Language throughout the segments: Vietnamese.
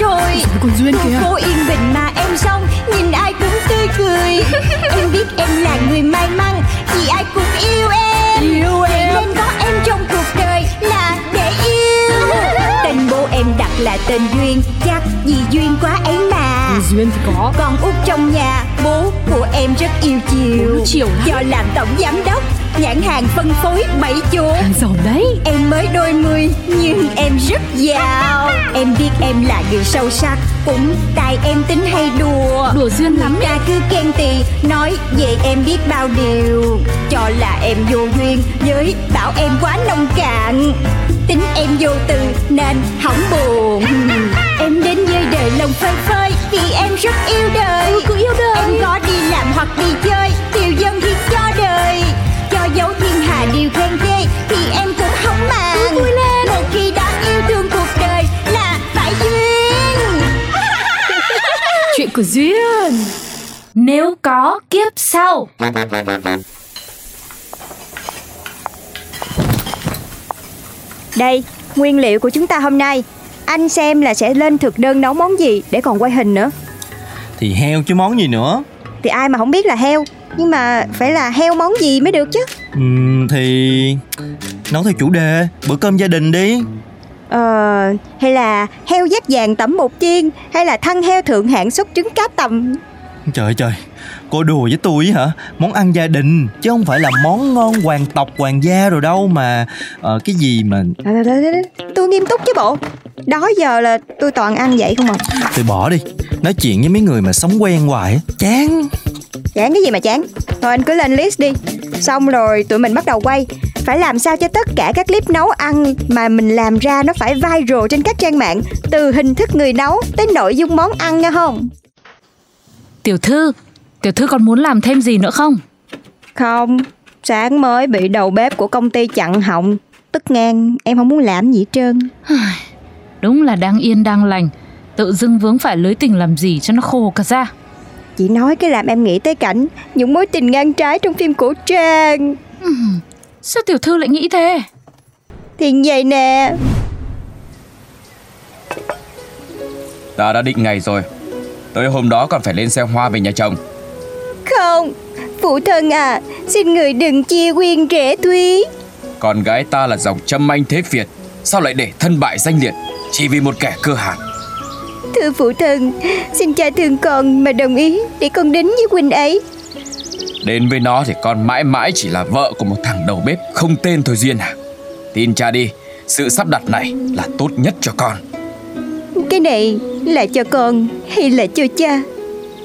còn duyên kìa cô yên bình mà em xong nhìn ai cũng tươi cười em biết em là người may mắn vì ai cũng yêu em Yêu Vậy em. nên có em trong cuộc đời là để yêu tên bố em đặt là tên duyên chắc vì duyên quá ấy mà Còn duyên thì có con út trong nhà bố của em rất yêu chiều Bố chiều lắm. do làm tổng giám đốc nhãn hàng phân phối bảy chỗ Hàng giàu đấy Em mới đôi mươi nhưng em rất giàu Em biết em là người sâu sắc Cũng tại em tính hay đùa Đùa duyên lắm Người ta cứ khen tì Nói về em biết bao điều Cho là em vô duyên Với bảo em quá nông cạn Tính em vô từ nên hỏng buồn Em đến với đời lòng phơi phới Vì em rất yêu đời cứ yêu đời. Em có đi làm hoặc đi chơi Điều dân thì cho đời Cho dấu thiên hà điều khen ghê Thì em cũng không màng vui lên Một khi đã yêu thương cuộc đời Là phải duyên Chuyện của duyên Nếu có kiếp sau Đây, nguyên liệu của chúng ta hôm nay Anh xem là sẽ lên thực đơn nấu món gì để còn quay hình nữa Thì heo chứ món gì nữa Thì ai mà không biết là heo Nhưng mà phải là heo món gì mới được chứ Ừm, Thì... Nấu theo chủ đề Bữa cơm gia đình đi Ờ, hay là heo dép vàng tẩm bột chiên Hay là thăn heo thượng hạng sốt trứng cá tầm Trời ơi trời Cô đùa với tôi ấy hả Món ăn gia đình Chứ không phải là món ngon hoàng tộc hoàng gia rồi đâu mà ờ, Cái gì mà Thôi, thôi, thôi, thôi, thôi. Tôi nghiêm túc chứ bộ Đó giờ là tôi toàn ăn vậy không à Tôi bỏ đi Nói chuyện với mấy người mà sống quen hoài á, Chán Chán cái gì mà chán Thôi anh cứ lên list đi Xong rồi tụi mình bắt đầu quay Phải làm sao cho tất cả các clip nấu ăn mà mình làm ra nó phải viral trên các trang mạng Từ hình thức người nấu tới nội dung món ăn nha không Tiểu thư Tiểu thư còn muốn làm thêm gì nữa không Không Sáng mới bị đầu bếp của công ty chặn họng Tức ngang em không muốn làm gì hết trơn Đúng là đang yên đang lành Tự dưng vướng phải lưới tình làm gì cho nó khô cả ra Chị nói cái làm em nghĩ tới cảnh Những mối tình ngang trái trong phim cổ trang Sao tiểu thư lại nghĩ thế Thì vậy nè Ta đã định ngày rồi Tới hôm đó còn phải lên xe hoa về nhà chồng Không Phụ thân à Xin người đừng chia quyên rễ thúy Con gái ta là dòng châm anh thế Việt Sao lại để thân bại danh liệt Chỉ vì một kẻ cơ hàng Thưa phụ thân, xin cha thương con mà đồng ý để con đến với huynh ấy. Đến với nó thì con mãi mãi chỉ là vợ của một thằng đầu bếp Không tên thôi Duyên à Tin cha đi Sự sắp đặt này là tốt nhất cho con Cái này là cho con hay là cho cha?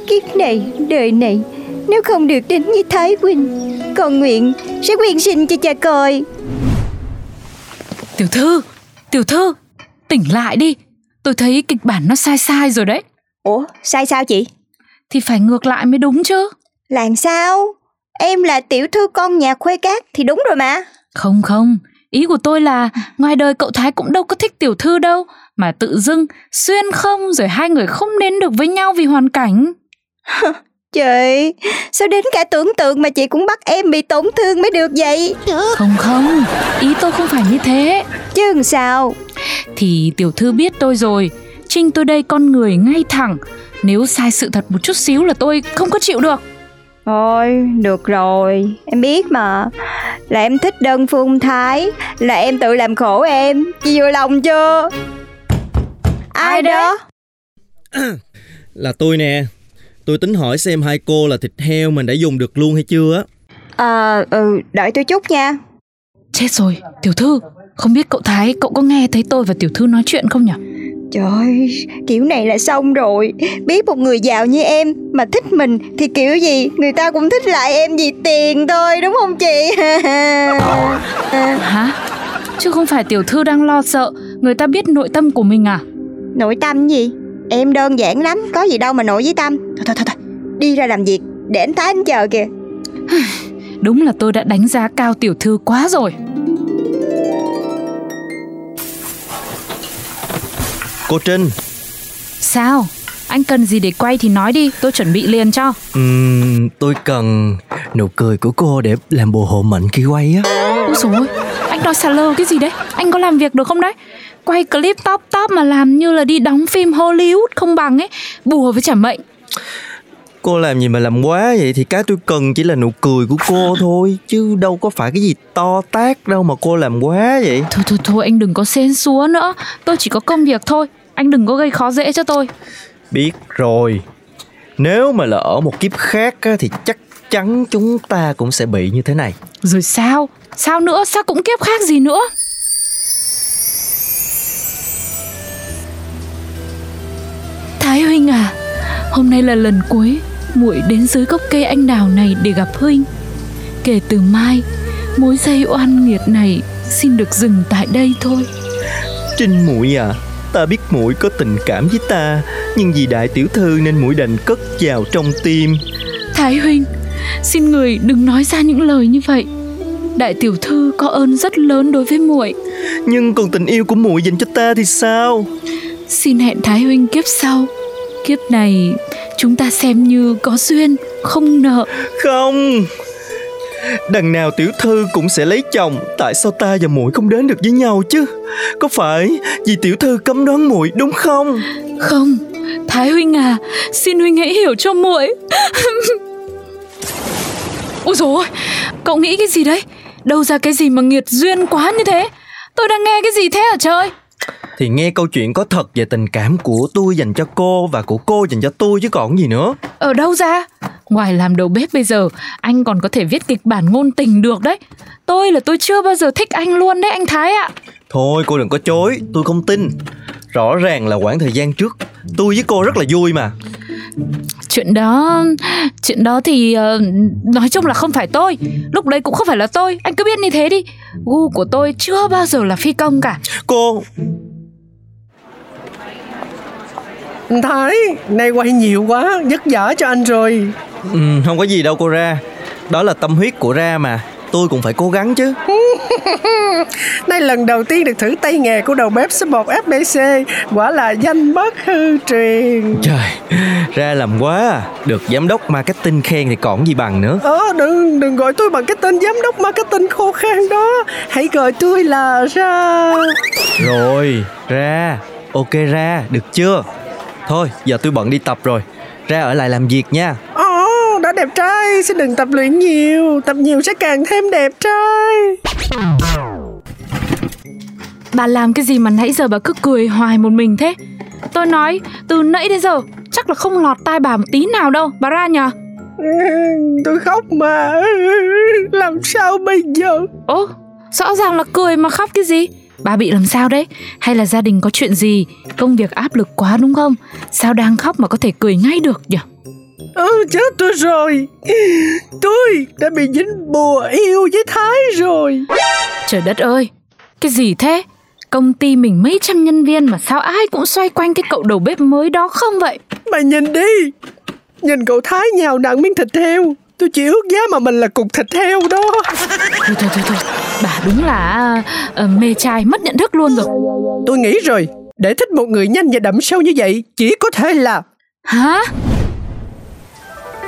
Kiếp này, đời này, nếu không được đến với Thái huynh, con nguyện sẽ quyên sinh cho cha coi. Tiểu thư Tiểu thư Tỉnh lại đi Tôi thấy kịch bản nó sai sai rồi đấy Ủa, sai sao chị? Thì phải ngược lại mới đúng chứ Là làm sao? Em là tiểu thư con nhà khuê cát thì đúng rồi mà. Không không, ý của tôi là ngoài đời cậu Thái cũng đâu có thích tiểu thư đâu Mà tự dưng, xuyên không rồi hai người không đến được với nhau vì hoàn cảnh Trời, sao đến cả tưởng tượng mà chị cũng bắt em bị tổn thương mới được vậy? Không không, ý tôi không phải như thế Chứ làm sao? Thì tiểu thư biết tôi rồi, Trinh tôi đây con người ngay thẳng Nếu sai sự thật một chút xíu là tôi không có chịu được Thôi, được rồi, em biết mà Là em thích đơn phương thái Là em tự làm khổ em Chị vừa lòng chưa? Ai đó? Là tôi nè Tôi tính hỏi xem hai cô là thịt heo mình đã dùng được luôn hay chưa á Ờ, ừ, đợi tôi chút nha Chết rồi, tiểu thư, không biết cậu Thái cậu có nghe thấy tôi và tiểu thư nói chuyện không nhỉ? Trời ơi, kiểu này là xong rồi Biết một người giàu như em Mà thích mình thì kiểu gì Người ta cũng thích lại em vì tiền thôi Đúng không chị? Hả? Chứ không phải tiểu thư đang lo sợ người ta biết nội tâm của mình à? nội tâm gì? Em đơn giản lắm Có gì đâu mà nội với tâm Thôi thôi thôi, thôi. Đi ra làm việc Để anh Thái anh chờ kìa Đúng là tôi đã đánh giá cao tiểu thư quá rồi Cô Trinh Sao? Anh cần gì để quay thì nói đi Tôi chuẩn bị liền cho Ừm, Tôi cần nụ cười của cô để làm bồ hộ mệnh khi quay á Ôi dồi ôi, Anh đo xà lơ cái gì đấy Anh có làm việc được không đấy Quay clip top top mà làm như là đi đóng phim Hollywood không bằng ấy Bùa với chả mệnh Cô làm gì mà làm quá vậy thì cái tôi cần chỉ là nụ cười của cô thôi Chứ đâu có phải cái gì to tát đâu mà cô làm quá vậy Thôi thôi thôi anh đừng có xén xúa nữa Tôi chỉ có công việc thôi Anh đừng có gây khó dễ cho tôi Biết rồi Nếu mà là ở một kiếp khác á, thì chắc chắn chúng ta cũng sẽ bị như thế này Rồi sao Sao nữa sao cũng kiếp khác gì nữa Thái Huynh à Hôm nay là lần cuối muội đến dưới gốc cây anh đào này để gặp Huynh Kể từ mai Mối dây oan nghiệt này Xin được dừng tại đây thôi Trinh muội à Ta biết muội có tình cảm với ta Nhưng vì đại tiểu thư nên muội đành cất vào trong tim Thái Huynh, xin người đừng nói ra những lời như vậy. Đại tiểu thư có ơn rất lớn đối với muội. Nhưng còn tình yêu của muội dành cho ta thì sao Xin hẹn Thái Huynh kiếp sau. Kiếp này chúng ta xem như có duyên, không nợ. Không Đằng nào tiểu thư cũng sẽ lấy chồng Tại sao ta và muội không đến được với nhau chứ Có phải vì tiểu thư cấm đoán muội đúng không Không, Thái Huynh à, xin Huynh hãy hiểu cho muội. Ôi dồi ôi, cậu nghĩ cái gì đấy? Đâu ra cái gì mà nghiệt duyên quá như thế? Tôi đang nghe cái gì thế hả trời? Thì nghe câu chuyện có thật về tình cảm của tôi dành cho cô Và của cô dành cho tôi chứ còn gì nữa Ở đâu ra? Ngoài làm đầu bếp bây giờ, anh còn có thể viết kịch bản ngôn tình được đấy. Tôi là tôi chưa bao giờ thích anh luôn đấy anh Thái ạ. Thôi cô đừng có chối Tôi không tin Rõ ràng là khoảng thời gian trước Tôi với cô rất là vui mà Chuyện đó, chuyện đó thì ờ, nói chung là không phải tôi. Lúc đấy cũng không phải là tôi, anh cứ biết như thế đi. Gu của tôi chưa bao giờ là phi công cả. Cô Anh Thái, nay quay nhiều quá, vất vả cho anh rồi Ừm, ừ, Không có gì đâu cô ra Đó là tâm huyết của ra mà Tôi cũng phải cố gắng chứ Nay lần đầu tiên được thử tay nghề của đầu bếp số 1 FBC Quả là danh bất hư truyền Trời, ra làm quá à. Được giám đốc marketing khen thì còn gì bằng nữa Ờ, đừng đừng gọi tôi bằng cái tên giám đốc marketing khô khan đó Hãy gọi tôi là ra Rồi, ra Ok ra, được chưa Thôi, giờ tôi bận đi tập rồi Ra ở lại làm việc nha Ồ, đã đẹp trai, xin đừng tập luyện nhiều Tập nhiều sẽ càng thêm đẹp trai Bà làm cái gì mà nãy giờ bà cứ cười hoài một mình thế? Tôi nói, từ nãy đến giờ chắc là không lọt tai bà một tí nào đâu, bà ra nhờ. Ừ, Tôi khóc mà Làm sao bây giờ Ô, rõ ràng là cười mà khóc cái gì? Bà bị làm sao đấy? Hay là gia đình có chuyện gì? Công việc áp lực quá đúng không? Sao đang khóc mà có thể cười ngay được nhỉ? Ừ chết tôi rồi Tôi đã bị dính bùa yêu với Thái rồi Trời đất ơi, cái gì thế? Công ty mình mấy trăm nhân viên mà sao ai cũng xoay quanh cái cậu đầu bếp mới đó không vậy? Mà nhìn đi Nhìn cậu Thái nhào nặng miếng thịt heo Tôi chỉ ước giá mà mình là cục thịt heo đó Thôi thôi thôi, thôi. bà đúng là ờ, mê trai mất nhận thức luôn rồi. Tôi nghĩ rồi Để thích một người nhanh và đậm sâu như vậy Chỉ có thể là Hả?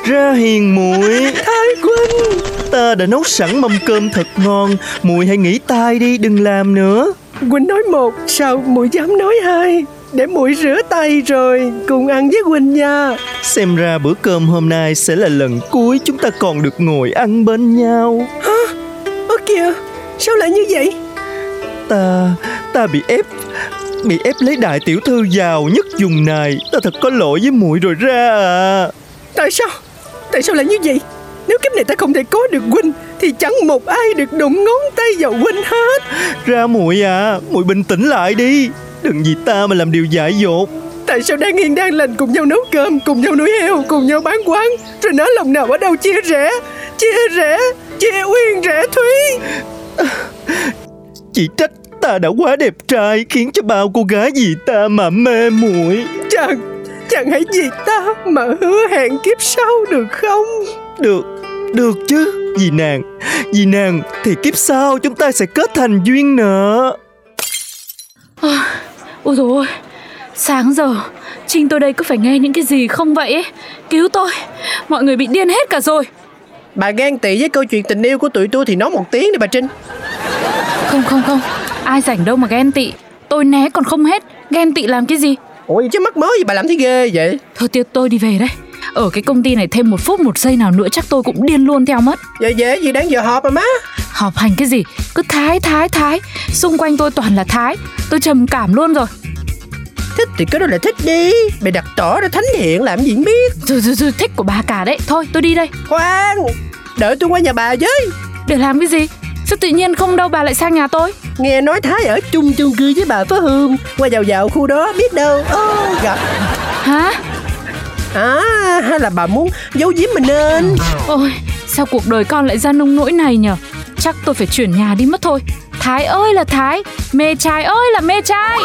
Ra hiền muội Thái Quân Ta đã nấu sẵn mâm cơm thật ngon Muội hãy nghỉ tay đi, đừng làm nữa Quỳnh nói một Sao muội dám nói hai Để muội rửa tay rồi Cùng ăn với Quỳnh nha Xem ra bữa cơm hôm nay sẽ là lần cuối Chúng ta còn được ngồi ăn bên nhau Ơ kìa Sao lại như vậy Ta, ta bị ép Bị ép lấy đại tiểu thư giàu nhất vùng này Ta thật có lỗi với muội rồi ra à Tại sao? Tại sao lại như vậy? Nếu kiếp này ta không thể có được huynh Thì chẳng một ai được đụng ngón tay vào huynh hết Ra muội à, muội bình tĩnh lại đi Đừng vì ta mà làm điều dại dột Tại sao đang yên đang lành cùng nhau nấu cơm Cùng nhau nuôi heo, cùng nhau bán quán Rồi nói lòng nào ở đâu chia rẽ Chia rẽ, chia uyên rẽ thúy Chỉ trách ta đã quá đẹp trai Khiến cho bao cô gái vì ta mà mê muội Chàng, chàng hãy vì ta Mà hứa hẹn kiếp sau được không Được, được chứ Vì nàng, vì nàng Thì kiếp sau chúng ta sẽ kết thành duyên nợ Ôi dồi ôi, sáng giờ Trinh tôi đây cứ phải nghe những cái gì không vậy ấy Cứu tôi, mọi người bị điên hết cả rồi Bà ghen tị với câu chuyện tình yêu của tụi tôi thì nói một tiếng đi bà Trinh Không không không Ai rảnh đâu mà ghen tị Tôi né còn không hết Ghen tị làm cái gì Ôi chứ mắc mớ gì bà làm thấy ghê vậy Thôi tiệt tôi đi về đây Ở cái công ty này thêm một phút một giây nào nữa Chắc tôi cũng điên luôn theo mất Dạ dễ gì đáng giờ họp mà má Họp hành cái gì Cứ thái thái thái Xung quanh tôi toàn là thái Tôi trầm cảm luôn rồi Thích thì cứ đó là thích đi Mày đặt tỏ ra thánh hiện làm gì biết Rồi rồi rồi thích của bà cả đấy Thôi tôi đi đây Khoan Đợi tôi qua nhà bà với Để làm cái gì Sao tự nhiên không đâu bà lại sang nhà tôi Nghe nói Thái ở chung chung cư với bà Phá Hương Qua vào vào khu đó biết đâu Ô gặp Hả À hay là bà muốn giấu giếm mình nên Ôi sao cuộc đời con lại ra nông nỗi này nhở Chắc tôi phải chuyển nhà đi mất thôi Thái ơi là Thái Mê trai ơi là mê trai